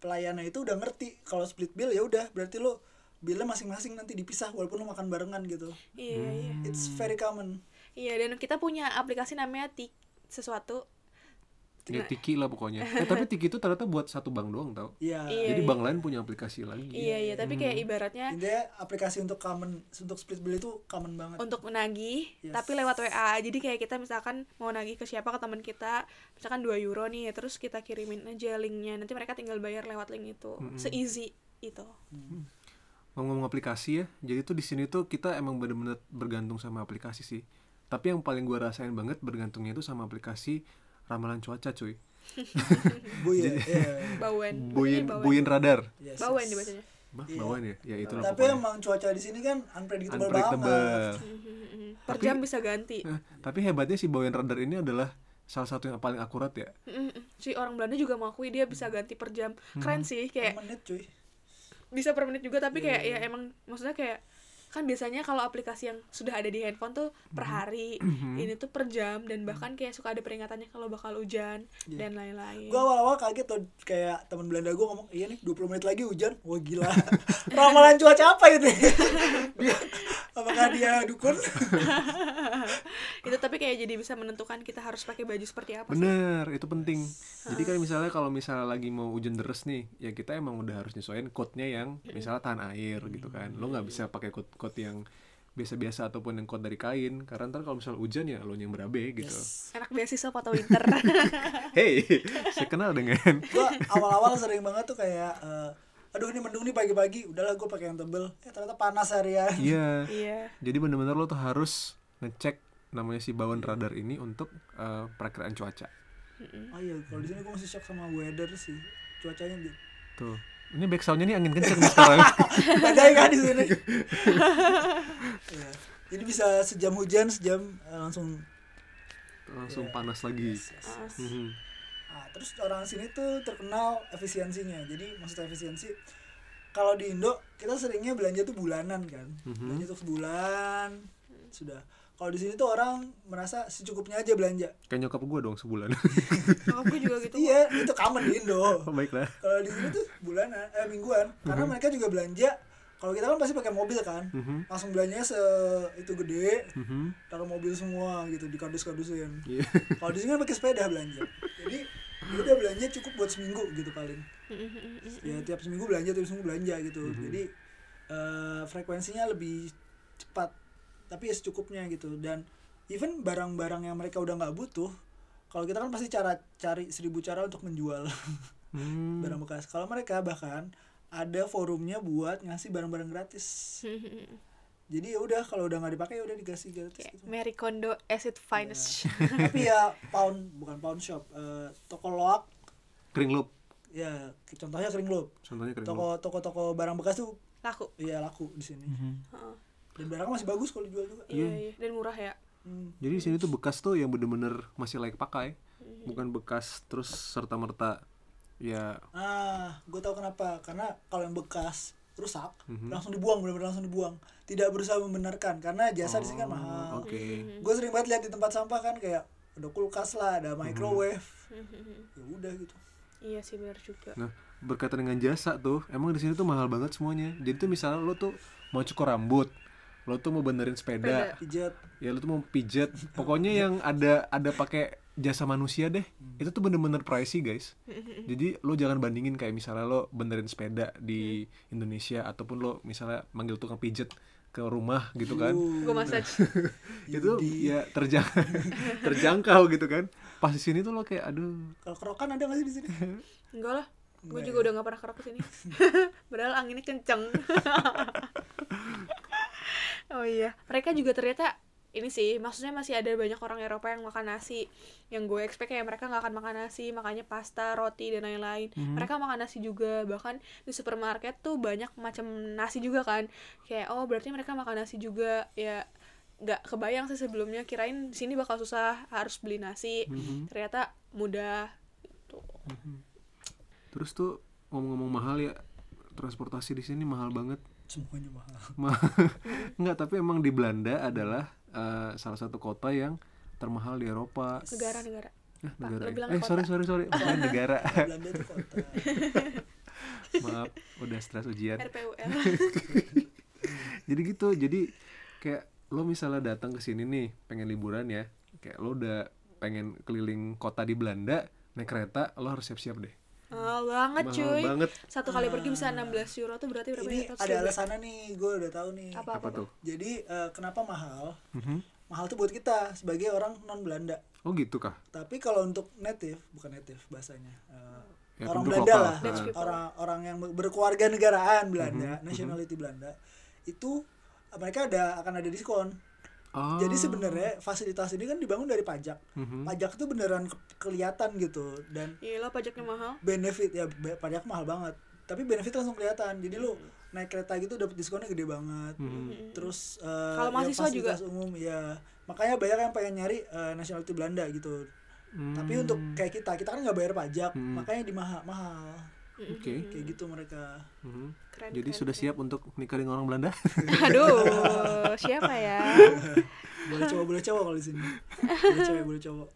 S3: pelayannya itu udah ngerti kalau split bill ya udah berarti lu billnya masing-masing nanti dipisah walaupun lu makan barengan gitu.
S1: Iya, iya.
S3: It's very common.
S1: Iya dan kita punya aplikasi namanya tik sesuatu.
S2: ya tiki lah pokoknya eh, tapi tiki itu ternyata buat satu bank doang tau
S3: Iya.
S1: Iya.
S2: jadi bank lain punya aplikasi lagi
S1: Iya iya tapi kayak ibaratnya
S3: Intinya aplikasi untuk common untuk split bill itu common banget.
S1: untuk menagih
S3: Iya. Yes.
S1: tapi lewat WA. Jadi kayak kita misalkan mau nagih ke siapa ke teman kita, misalkan 2 euro nih terus kita kirimin aja linknya. Nanti mereka tinggal bayar lewat link itu. Se-easy itu.
S2: ngomong-ngomong aplikasi ya jadi tuh di sini tuh kita emang bener-bener bergantung sama aplikasi sih tapi yang paling gua rasain banget bergantungnya itu sama aplikasi ramalan cuaca cuy
S3: Bu ya. iya.
S1: Bawen.
S2: buin
S1: Iya,
S2: buin radar
S3: Yes,
S1: Bawen
S3: yes.
S1: dibacanya.
S2: Bah,
S3: Iya.
S2: bawaan ya ya itu
S3: Tapi emang cuaca di sini kan unpredictable, banget.
S2: unpredictable
S1: Mm-mm. Hmm, Per
S2: Tapi-
S1: jam bisa ganti. Hmm,
S2: Eh, tapi hebatnya si bawain radar ini adalah salah satu yang paling akurat ya
S1: Mm-mm. hmm, Si orang Belanda juga mengakui dia bisa ganti per jam. Keren sih
S3: Per
S1: kayak
S3: menit cuy.
S1: bisa per menit juga tapi kayak ya emang maksudnya kayak kan biasanya kalau aplikasi yang sudah ada di handphone tuh per hari ini tuh per jam dan bahkan kayak suka ada peringatannya kalau bakal hujan dan lain-lain
S3: Gua awal-awal kaget tuh kayak teman Belanda gua ngomong, "Iya nih 20 menit lagi hujan." Wah gila. Ramalan cuaca apa ini? dia apakah dia dukun?
S1: itu tapi kayak jadi bisa menentukan kita harus pakai baju seperti apa sih
S2: bener itu penting jadi kan misalnya kalau misalnya lagi mau hujan deras nih ya kita emang udah harus nyesuaiin coatnya yang misalnya tahan air gitu kan lo nggak bisa pakai coat coat yang biasa-biasa ataupun yang coat dari kain karena ntar kalau misalnya hujan ya lo yang berabe gitu
S1: anak beasiswa foto winter
S2: hey saya kenal dengan
S3: Gua awal-awal sering banget tuh kayak eh, aduh ini mendung nih pagi-pagi, udahlah gua pakai yang tebel. Eh ternyata panas harian.
S2: iya
S1: iya
S2: jadi bener-bener lo tuh harus ngecek namanya si bawaan radar ini untuk eh, perakiraan cuaca
S3: Oh iya, kalau di sini gua masih shock sama weather sih. Cuacanya gitu.
S2: tuh ini back soundnya nih angin kenceng nih sekarang
S3: Badai kan di sini. Iya. Jadi bisa sejam hujan, sejam eh, langsung
S2: langsung panas lagi
S1: As.
S2: Mhm.
S3: Nah, terus orang sini tuh terkenal efisiensinya. Jadi maksud efisiensi kalau di Indo kita seringnya belanja tuh bulanan kan. Belanja tuh sebulan sudah. Kalau di sini tuh orang merasa secukupnya aja belanja.
S2: kayak nyokap gue dong sebulan
S1: nyokap gue juga gitu
S3: Iya, itu common di Indo.
S2: oh, baiklah
S3: Kalau di sini tuh bulanan, eh mingguan. Karena mereka juga belanja. Kalau kita kan pasti pakai mobil kan.
S2: Mhm.
S3: Langsung belanjanya se itu gede,
S2: Mhm.
S3: taruh mobil semua gitu di kardus-kardusin.
S2: Iya.
S3: Kalau di sini kan pakai sepeda belanja. Jadi ya udah belanja cukup buat seminggu gitu paling ya tiap seminggu belanja tiap seminggu belanja gitu jadi eh, frekuensinya lebih cepat tapi ya secukupnya gitu dan even barang-barang yang mereka udah nggak butuh kalau kita kan pasti cara cari seribu cara untuk menjual
S2: Hmm.
S3: barang bekas kalau mereka bahkan ada forumnya buat ngasih barang-barang gratis
S1: Hmm.
S3: jadi ya udah kalau udah nggak dipakai ya udah dikasih gratis
S1: Kayak
S3: gitu.
S1: Mary Kondo acid finest
S3: tapi ya pound bukan pound shop eh, toko loak
S2: Kering loop.
S3: ya contohnya kering loop
S2: Contohnya kering loop.
S3: toko toko toko barang bekas tuh
S1: laku
S3: ya laku di sini
S2: Mhm.
S1: Heeh.
S3: dan barangnya masih bagus kalau dijual juga
S1: iya iya dan murah ya
S3: Hmm.
S2: Jadi di sini tuh bekas tuh yang bener-bener masih layak pakai, bukan bekas terus serta merta ya
S3: ah gue tau kenapa karena kalau yang bekas rusak
S2: Mhm.
S3: langsung dibuang benar-benar langsung dibuang tidak berusaha membenarkan karena jasa di sini kan
S2: Oh,
S3: mahal
S2: oke.
S3: gue sering banget lihat di tempat sampah kan kayak ada kulkas
S2: Mhm.
S3: lah ada microwave ya udah gitu
S1: iya sih benar juga
S2: Nah, berkaitan dengan jasa tuh, emang di sini tuh mahal banget semuanya. Jadi tuh misalnya lo tuh mau cukur rambut, lo tuh mau benerin sepeda,
S3: pijat
S2: ya lo tuh mau pijet, pokoknya yang ada ada pakai jasa manusia deh. Itu tuh bener-bener pricey, guys. Jadi lo jangan bandingin kayak misalnya lo benerin sepeda di Indonesia ataupun lo misalnya manggil tukang pijet ke rumah gitu kan.
S1: gue massage
S2: itu ya terjang terjangkau gitu kan. Pas di sini tuh lo kayak aduh
S3: kalau kerokan ada nggak sih di sini
S1: enggak lah gue juga udah gak pernah kerap kesini padahal anginnya kenceng oh iya mereka juga ternyata ini sih maksudnya masih ada banyak orang Eropa yang makan nasi yang gue expect kayak mereka nggak akan makan nasi makanya pasta roti dan lain-lain
S2: Hmm. mhm,
S1: mereka makan nasi juga bahkan di supermarket tuh banyak macam nasi juga kan kayak oh berarti mereka makan nasi juga ya nggak kebayang sih sebelumnya kirain di sini bakal susah harus beli nasi
S2: Hmm. mhm."
S1: ternyata mudah gitu.
S2: Terus tuh ngomong-ngomong mahal ya transportasi di sini mahal banget.
S3: semuanya mahal
S2: Ma- Nggak, tapi emang di Belanda adalah eh, salah satu kota yang termahal di Eropa.
S1: negara-negara
S2: Eh,
S1: Pak,
S2: negara.
S1: lo bilang
S2: ya? Eh,
S1: kota.
S2: sorry sorry sorry, bukan negara.
S3: Belanda tuh kota
S2: Maaf, udah stres ujian.
S1: RPUL
S2: jadi gitu jadi kayak lo misalnya datang ke sini nih pengen liburan ya kayak lo udah pengen keliling kota di Belanda naik kereta lo harus siap-siap deh
S1: mahal banget
S2: Mahal
S1: cuy
S2: banget.
S1: satu kali pergi bisa 16 euro tuh berarti berapa
S3: ini
S1: ya? 100
S3: ada
S1: ribu.
S3: alasannya nih gue udah tahu nih
S1: apa
S2: apa,
S1: apa, tuh
S2: tuh
S3: jadi eh, kenapa mahal
S2: Mhm.
S3: mahal tuh buat kita sebagai orang non Belanda
S2: oh gitu kah
S3: tapi kalau untuk native bukan native bahasanya eh,
S2: Ya,
S3: orang
S2: penduduk
S3: Belanda
S2: lokal.
S3: lah
S1: Dutch people.
S3: orang orang yang berkeluarga negaraan Belanda
S2: Mm-hmm.
S3: nationality Belanda itu eh, mereka ada akan ada diskon
S2: Ah.
S3: jadi sebenarnya fasilitas ini kan dibangun dari pajak
S2: Mhm.
S3: pajak itu beneran ke- kelihatan gitu dan
S1: iya lo pajaknya mahal
S3: benefit ya be- pajak mahal banget tapi benefit langsung kelihatan jadi lu naik kereta gitu dapat diskonnya gede banget
S2: Hmm.
S3: terus eh,
S1: Hmm. Kalau
S3: ya
S1: mahasiswa juga.
S3: fasilitas umum ya makanya banyak yang pengen nyari eh, nationality Belanda gitu
S2: Hmm,
S3: tapi untuk kayak kita kita kan nggak bayar pajak
S2: Hmm.
S3: makanya dimahal mahal
S2: oke
S3: kayak gitu mereka
S2: Mhm.
S1: keren
S2: jadi
S1: keren,
S2: sudah
S1: keren.
S2: siap untuk nikah dengan orang Belanda
S1: aduh siapa ya
S3: boleh cowok boleh cowok kalau di sini boleh cewek boleh cowok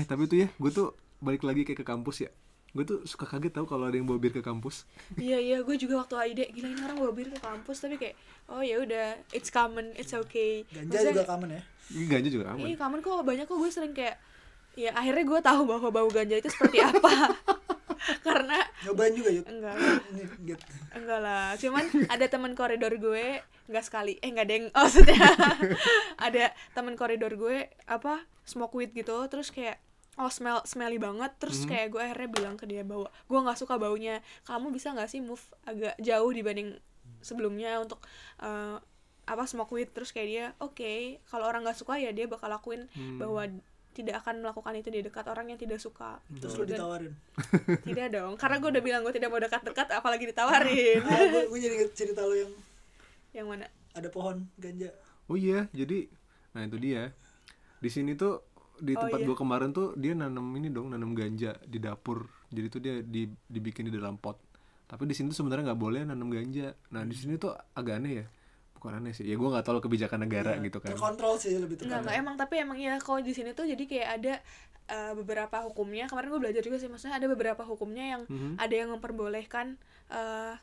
S2: eh tapi tuh ya gue tuh balik lagi kayak ke kampus ya gue tuh suka kaget tau kalau ada yang bawa bir ke kampus
S1: iya iya gue juga waktu AID gila ini orang bawa bir ke kampus tapi kayak oh ya udah it's common it's okay
S3: ganja juga common ya
S2: Ini ganja juga aman
S1: iya common kok banyak kok gue sering kayak ya akhirnya gue tahu bahwa bau ganja itu seperti apa karena
S3: nyobain juga yuk
S1: enggak
S3: ini get
S1: Enggak lah, cuman ada teman koridor gue enggak sekali. Eh enggak deng. Oh, maksudnya ada teman koridor gue apa smoke weed gitu terus kayak oh smell smelly banget terus kayak gue akhirnya bilang ke dia bahwa gue nggak suka baunya. Kamu bisa nggak sih move agak jauh dibanding sebelumnya untuk eh, apa smoke weed terus kayak dia oke kalau orang nggak suka ya dia bakal lakuin bahwa tidak akan melakukan itu di dekat orang yang tidak suka
S3: Hmm. terus lu
S1: Dan-
S3: ditawarin
S1: tidak dong karena gue udah bilang gue tidak mau dekat-dekat apalagi ditawarin
S3: ah, gue, gue jadi inget cerita lu yang
S1: yang mana
S3: ada pohon ganja
S2: Oh iya, jadi nah itu dia. Di sini tuh di
S1: Oh
S2: tempat
S1: iya.
S2: gua kemarin tuh dia nanam ini dong, nanam ganja di dapur. Jadi tuh dia di, dibikin di dalam pot. Tapi di sini tuh sebenarnya nggak boleh nanam ganja. Nah, di sini tuh agak aneh ya. Bukan aneh sih. Ya gua nggak tahu kebijakan negara
S1: Iya,
S2: gitu kan.
S3: terkontrol sih lebih
S1: Enggak,
S3: terkontrol
S1: enggak emang tapi emang ya kalau di sini tuh jadi kayak ada eh, beberapa hukumnya. Kemarin gue belajar Mhm. juga sih maksudnya ada beberapa hukumnya yang ada yang memperbolehkan eh,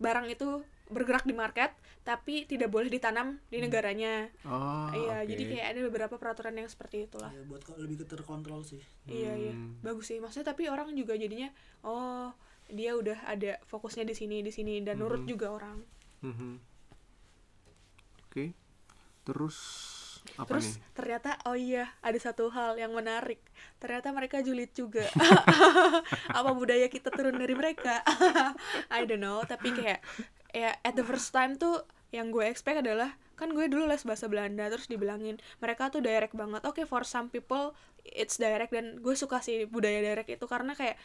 S1: barang itu bergerak di market tapi tidak boleh ditanam di negaranya
S2: Oh,
S1: iya
S2: oke.
S1: jadi kayak ada beberapa peraturan yang seperti itulah
S3: ya, buat kok lebih ke terkontrol sih
S1: iya iya
S2: Hmm.
S1: bagus sih maksudnya tapi orang juga jadinya oh dia udah ada fokusnya di sini di sini dan nurut
S2: Mhm.
S1: juga orang
S2: Mhm. Oke. Terus apa
S1: terus
S2: nih?
S1: ternyata oh iya ada satu hal yang menarik ternyata mereka julid juga apa budaya kita turun dari mereka I don't know tapi kayak ya at the first time tuh yang gue expect adalah kan gue dulu les bahasa Belanda terus dibilangin mereka tuh direct banget oke for some people it's direct dan gue suka sih budaya direct itu karena kayak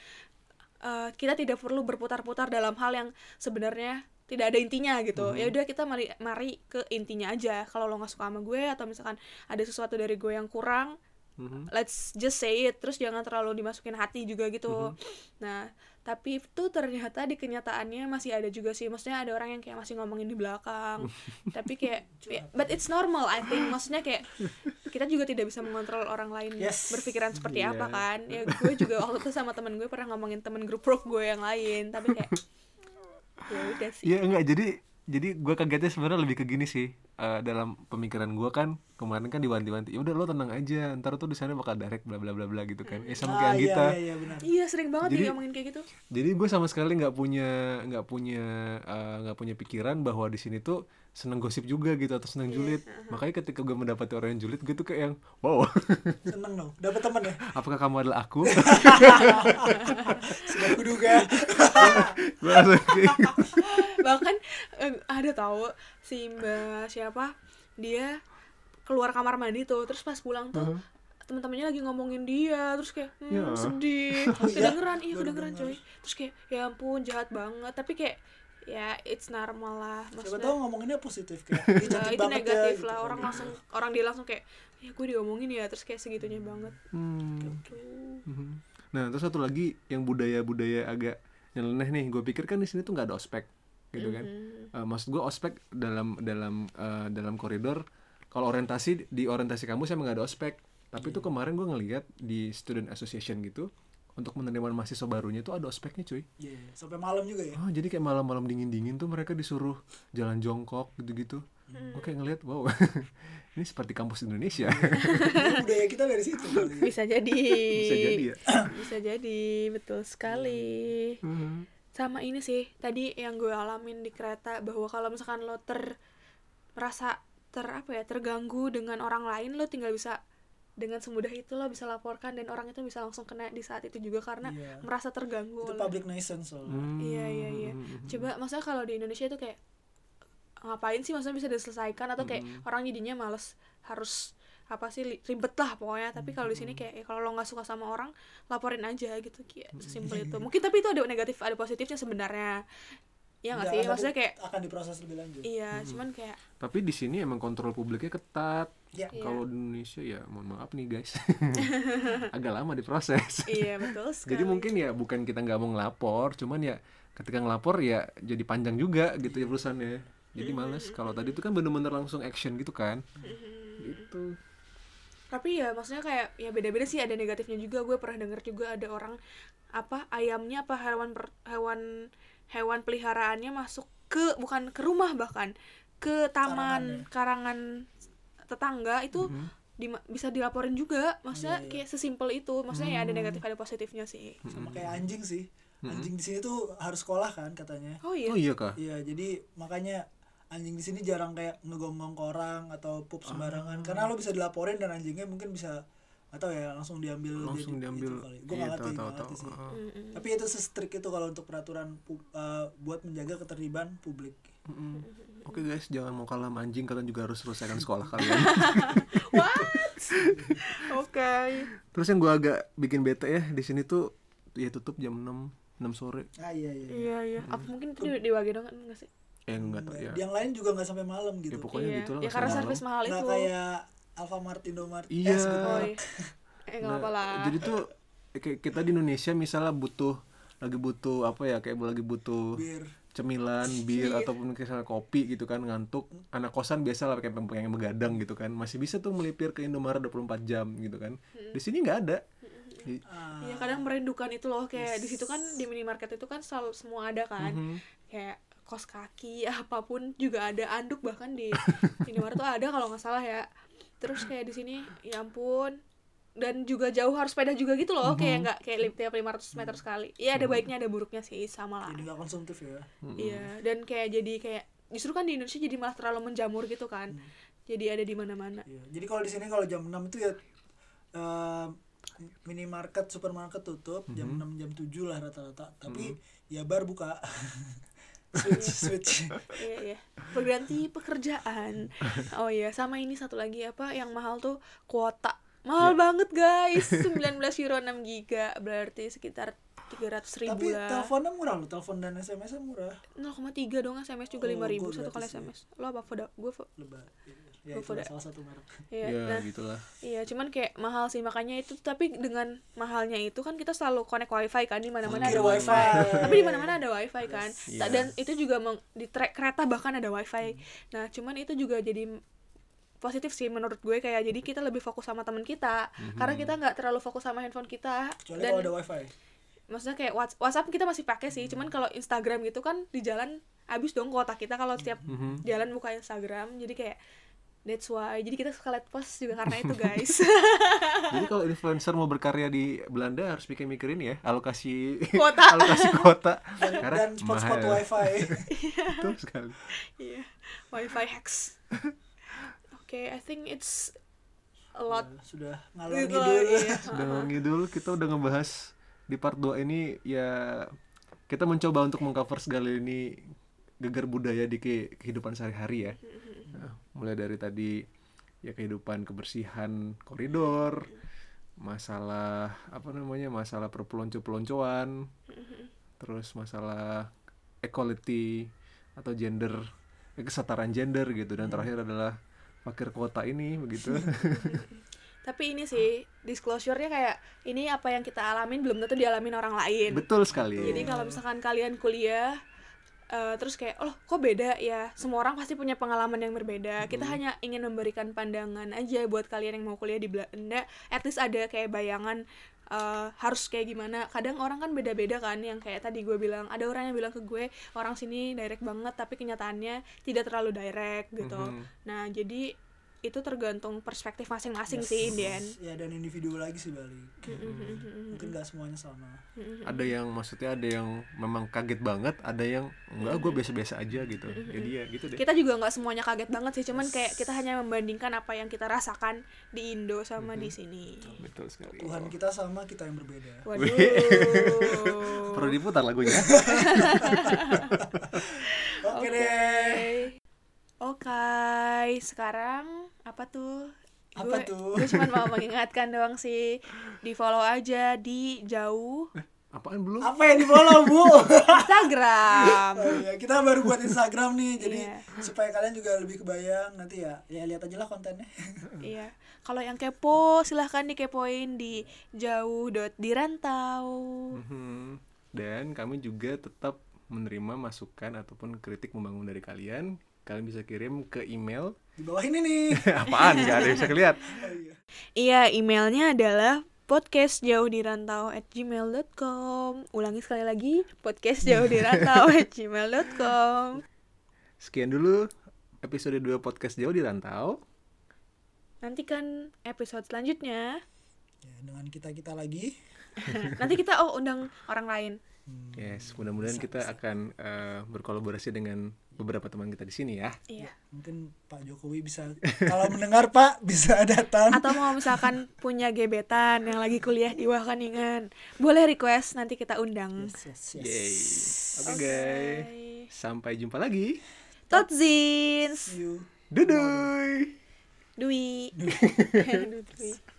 S1: eh, kita tidak perlu berputar-putar dalam hal yang sebenarnya tidak ada intinya gitu ya udah kita mari mari ke intinya aja kalau lo nggak suka sama gue atau misalkan ada sesuatu dari gue yang kurang
S2: Mhm.
S1: let's just say it terus jangan terlalu dimasukin hati juga
S2: Mhm.
S1: gitu nah tapi itu ternyata di kenyataannya masih ada juga sih maksudnya ada orang yang kayak masih ngomongin di belakang tapi kayak ya, but it's normal I think maksudnya kayak kita juga tidak bisa mengontrol orang lain
S3: Yes.
S1: berpikiran seperti
S2: Iya.
S1: apa kan ya gue juga waktu itu sama temen gue pernah ngomongin temen grup work gue yang lain tapi kayak ya udah sih
S2: Iya enggak jadi jadi gue kagetnya sebenarnya lebih ke gini sih Eh, dalam pemikiran gue kan kemarin kan diwanti-wanti ya udah lo tenang aja ntar tuh di sana bakal direct bla bla bla bla gitu kan eh sama kayak
S3: iya,
S2: kita
S3: iya iya benar
S1: iya sering banget
S2: Jadi-
S1: nih ngomongin kayak gitu
S2: jadi gue sama sekali nggak punya nggak punya eh, nggak punya pikiran bahwa di sini tuh seneng gosip juga gitu atau
S3: Iya,
S2: seneng julid makanya ketika gue mendapati orang yang julid gue tuh kayak yang wow
S3: seneng dong dapat temen ya
S2: apakah kamu adalah aku
S3: sudah kuduga
S2: gue langsung kayak
S1: bahkan eh, ada tahu si mbak siapa dia keluar kamar mandi tuh terus pas pulang tuh teman-temannya lagi ngomongin dia terus kayak hmm,
S2: Ya.
S1: sedih
S3: iya?
S1: kedengeran iya
S3: Baru
S1: kedengeran
S3: dengar.
S1: coy terus kayak ya ampun jahat banget tapi kayak ya it's normal lah
S3: siapa
S1: maksudnya
S3: tahu ngomonginnya positif kayak "Ih,
S1: eh,
S3: cantik
S1: itu
S3: banget ya,"
S1: negatif
S3: gitu
S1: lah
S3: kan.
S1: orang langsung orang dia langsung kayak ya gue diomongin ya terus kayak segitunya banget
S2: Hmm.
S1: tuh
S2: Mhm. Nah, terus satu lagi yang budaya-budaya agak nyeleneh nih. Gue pikir kan di sini tuh nggak ada ospek, gitu kan?
S1: Mhm.
S2: Eh, maksud gue ospek dalam dalam eh, dalam koridor. Kalau orientasi di orientasi kamu saya nggak ada ospek. Tapi
S1: Mhm.
S2: tuh kemarin gue ngeliat di student association gitu untuk penerimaan mahasiswa barunya tuh ada ospeknya cuy.
S3: Iya, iya. sampai malam juga ya
S2: Oh, jadi kayak malam-malam dingin-dingin tuh mereka disuruh jalan jongkok gitu-gitu.
S1: Mhm.
S2: Gue kayak ngeliat, wow, ini seperti kampus Indonesia.
S3: Ini budaya kita dari situ kali ya.
S1: bisa jadi
S2: Bisa jadi ya.
S1: bisa jadi betul sekali
S2: Mhm.
S1: sama ini sih tadi yang gue alamin di kereta bahwa kalau misalkan lo ter merasa ter apa ya terganggu dengan orang lain lo tinggal bisa dengan semudah itu lo bisa laporkan dan orang itu bisa langsung kena di saat itu juga karena
S3: Iya.
S1: merasa terganggu
S3: itu
S1: oleh-
S3: public nuisance
S2: Hmm.
S3: soalnya
S1: iya iya iya
S2: Mhm.
S1: coba maksudnya kalau di Indonesia itu kayak ngapain sih maksudnya bisa diselesaikan atau kayak orang jadinya males harus apa sih li- ribet lah pokoknya tapi kalau di sini kayak ya kalau lo nggak suka sama orang laporin aja gitu kayak sesimpel itu mungkin tapi itu ada negatif ada positifnya sebenarnya ya
S2: Iya,
S1: nggak sih
S3: Jangan,
S1: maksudnya
S3: tapi
S1: kayak
S3: akan diproses lebih lanjut
S1: iya cuman kayak
S2: Tapi di sini emang kontrol publiknya ketat.
S3: ya
S1: Iya.
S2: Kalau di Indonesia ya mohon maaf nih guys, agak lama diproses.
S1: iya betul sekali
S2: Jadi mungkin ya bukan kita nggak mau ngelapor, cuman ya ketika ngelapor ya jadi panjang juga gitu ya urusannya. Jadi males. Kalau tadi itu kan bener-bener langsung action gitu kan. Gitu.
S1: tapi ya maksudnya kayak ya beda-beda sih ada negatifnya juga gue pernah denger juga ada orang apa ayamnya apa hewan per- hewan hewan peliharaannya masuk ke bukan ke rumah bahkan ke
S2: ya.
S1: taman karangan tetangga itu
S2: Mhm.
S1: dima- bisa dilaporin
S2: Iya,
S1: juga maksudnya kayak sesimpel itu maksudnya ya
S2: Hmm.
S1: ada negatif ada positifnya sih
S3: sama kayak anjing sih anjing
S2: Hmm.
S3: di sini tuh harus sekolah kan katanya
S1: oh iya
S2: Oh iya kah?
S3: Iya, jadi makanya anjing di sini jarang kayak ngegonggong ke orang atau pup
S2: Ah.
S3: sembarangan karena lo bisa dilaporin dan anjingnya mungkin bisa atau ya langsung diambil
S2: Langsung
S3: jadi
S2: diambil. Iya,
S3: itu kali. Gua nggak ngerti,
S2: tahu,
S3: nggak
S2: tahu,
S3: ngerti sih.
S2: tahu. Ah,
S1: Mm-mm.
S3: Tapi itu se-strict itu kalau untuk peraturan pu- eh, buat menjaga ketertiban publik.
S2: ah. Mm-mm. Oke guys, jangan mau kalah sama anjing, kalian juga harus selesaikan sekolah kalian.
S1: what oke
S2: Terus yang gua agak bikin bete ya di sini tuh ya tutup jam 6 6 sore.
S3: Ah iya iya.
S1: iya iya
S2: Hmm.
S1: apa mungkin itu di, di Wagedong kan nggak sih
S2: Eh enggak tahu ya.
S3: Nggak- Yang lain juga nggak sampai malam
S2: Ya
S3: gitu.
S2: pokoknya
S1: iya
S2: gitu lah.
S1: ya karena
S2: malam.
S1: servis mahal
S3: nggak
S1: itu
S3: Nah, kayak Alfamart, Indomart. eh,
S2: Iya.
S3: sebut
S1: oh,
S3: merek.
S1: iya. eh nggak apa-apa lah
S2: Nah, Jadi tuh kayak kita di Indonesia misalnya butuh lagi butuh apa ya kayak lagi butuh
S3: Bir.
S2: cemilan, bir ataupun misalnya kopi gitu kan ngantuk. Anak kosan biasa lah kayak pem- pengen begadang gitu kan. Masih bisa tuh melipir ke Indomaret 24 jam gitu kan.
S3: Hmm.
S2: Di sini nggak ada. Di-
S3: Ah,
S2: mhm.
S1: Iya kadang merindukan itu loh kan. kayak di situ kan di minimarket itu kan selalu semua ada kan kayak kos kaki apapun juga ada anduk bahkan di Indomaret tuh ada kalau nggak salah ya terus kayak di sini ya ampun dan juga jauh harus sepeda juga gitu loh kayak nggak kayak li- tiap 500 meter sekali iya ada baiknya ada buruknya sih sama lah
S3: Jadi nggak konsumtif ya.
S1: iya dan kayak jadi kayak justru kan di Indonesia jadi malah terlalu menjamur gitu kan jadi ada di mana-mana
S3: Iya. Jadi kalau di sini kalau jam 6 itu ya em, minimarket, supermarket tutup jam 6 jam 7 lah rata-rata. Tapi ya bar buka. switch switch.
S1: iya iya berganti pekerjaan oh iya sama ini satu lagi apa yang mahal tuh kuota
S3: Iya.
S1: mahal banget guys 19 euro 6 giga berarti sekitar 300
S3: Tapi
S1: ribu lah
S3: teleponnya murah loh, telepon dan SMS -nya murah.
S1: 0,3 dong SMS juga
S3: Oh,
S1: 5 ribu
S3: gua
S1: satu kali
S3: gratis ya.
S1: SMS lo apa Voda gue
S3: Lebah. Ya, itu
S1: Voda.
S3: salah satu merek.
S1: iya
S2: ya
S1: nah
S3: gitu.
S2: gitulah
S1: iya cuman kayak mahal sih makanya itu tapi dengan mahalnya itu kan kita selalu connect wifi kan di mana-mana ada
S3: Kira wifi.
S1: wifi tapi di mana-mana ada wifi kan
S2: Yes.
S1: Ta- dan itu juga meng- di trek kereta bahkan ada wifi nah cuman itu juga jadi m- positif sih menurut gue kayak jadi kita lebih fokus sama teman kita karena kita nggak terlalu fokus sama handphone kita
S3: Kecuali
S1: dan
S3: kalau ada wifi.
S1: maksudnya kayak Whats- WhatsApp kita masih pakai sih cuman kalau Instagram gitu kan di jalan habis dong kuota kita kalau setiap
S2: Mhm.
S1: jalan buka Instagram jadi kayak that's why jadi kita suka liat post juga karena itu guys
S2: jadi kalau influencer mau berkarya di Belanda harus bikin mikirin ya alokasi
S1: Kuota.
S2: alokasi kuota
S3: Dan, dan spot-spot
S2: ya.
S3: wifi.
S2: betul sekali
S1: Iya, wifi hacks. Oke, I think it's a lot.
S3: Ya, sudah ngalor
S1: Gitu
S3: ngidul.
S1: iya.
S2: Udah ngalor ngidul, kita udah ngebahas di part 2 ini ya kita mencoba untuk mengcover segala ini gegar budaya di ke- kehidupan sehari-hari ya. Nah, mulai dari tadi ya kehidupan kebersihan koridor, masalah apa namanya? masalah perpelonco-peloncoan, terus masalah equality atau gender eh, kesetaraan gender gitu dan terakhir adalah fakir kota ini begitu.
S1: Tapi ini sih disclosure-nya kayak ini apa yang kita alamin belum tentu dialamin orang lain.
S2: Betul sekali.
S1: Jadi kalau misalkan kalian kuliah eh, terus kayak, "Oh, kok beda ya?" Semua orang pasti punya pengalaman yang berbeda. Kita hanya ingin memberikan pandangan aja buat kalian yang mau kuliah di Belanda. At least ada kayak bayangan eh, harus kayak gimana. Kadang orang kan beda-beda kan yang kayak tadi gue bilang, ada orang yang bilang ke gue, "Orang sini direct banget, tapi kenyataannya tidak terlalu direct" gitu.
S2: Mhm.
S1: Nah, jadi itu tergantung perspektif masing-masing sih in the end. Mm-hmm.
S3: Ya dan individu lagi sih balik. Mungkin nggak semuanya sama.
S2: ada yang maksudnya ada yang memang kaget banget ada yang enggak gue biasa-biasa aja gitu jadi ya gitu deh
S1: kita juga nggak semuanya kaget banget sih cuman kayak kita hanya membandingkan apa yang kita rasakan di Indo sama di sini
S2: betul sekali
S3: Tuhan kita sama, kita yang berbeda.
S1: waduh
S2: perlu diputar lagunya
S3: Oke deh.
S1: Oke, sekarang apa tuh?
S3: Apa
S1: Gue-
S3: tuh?
S1: Gue cuma mau mengingatkan doang sih. Di follow aja di jauh
S2: apaan belum
S3: Apa yang di follow, Bu?
S1: Instagram.
S3: Oh iya, kita baru buat Instagram nih, jadi
S1: Iya.
S3: supaya kalian juga lebih kebayang nanti ya, ya lihat aja lah kontennya.
S1: Iya. Kalau yang kepo silahkan dikepoin di jauh.dirantau.
S2: Mhm. dan kami juga tetap menerima masukan ataupun kritik membangun dari kalian kalian bisa kirim ke email
S3: Di bawah ini nih.
S2: apaan nggak ada yang bisa keliat
S3: Oh iya.
S1: Iya, emailnya adalah podcast jauh di rantau at gmail.com ulangi sekali lagi podcast jauh di rantau at gmail.com
S2: sekian dulu episode 2 podcast jauh di rantau
S1: nantikan episode selanjutnya
S3: Ya, dengan kita kita lagi.
S1: nanti kita oh undang orang lain
S3: hmm,
S2: yes mudah-mudahan kita akan eh, berkolaborasi dengan beberapa teman kita di sini ya
S1: iya
S3: Mungkin Pak Jokowi bisa kalau mendengar Pak bisa datang.
S1: atau mau misalkan punya gebetan yang lagi kuliah di Wageningen boleh request nanti kita undang
S3: Yes, yes, yes.
S2: yay oke guys sampai jumpa lagi
S1: tot zins
S3: See you.
S2: Doei doei!
S1: Dwi. Dwi.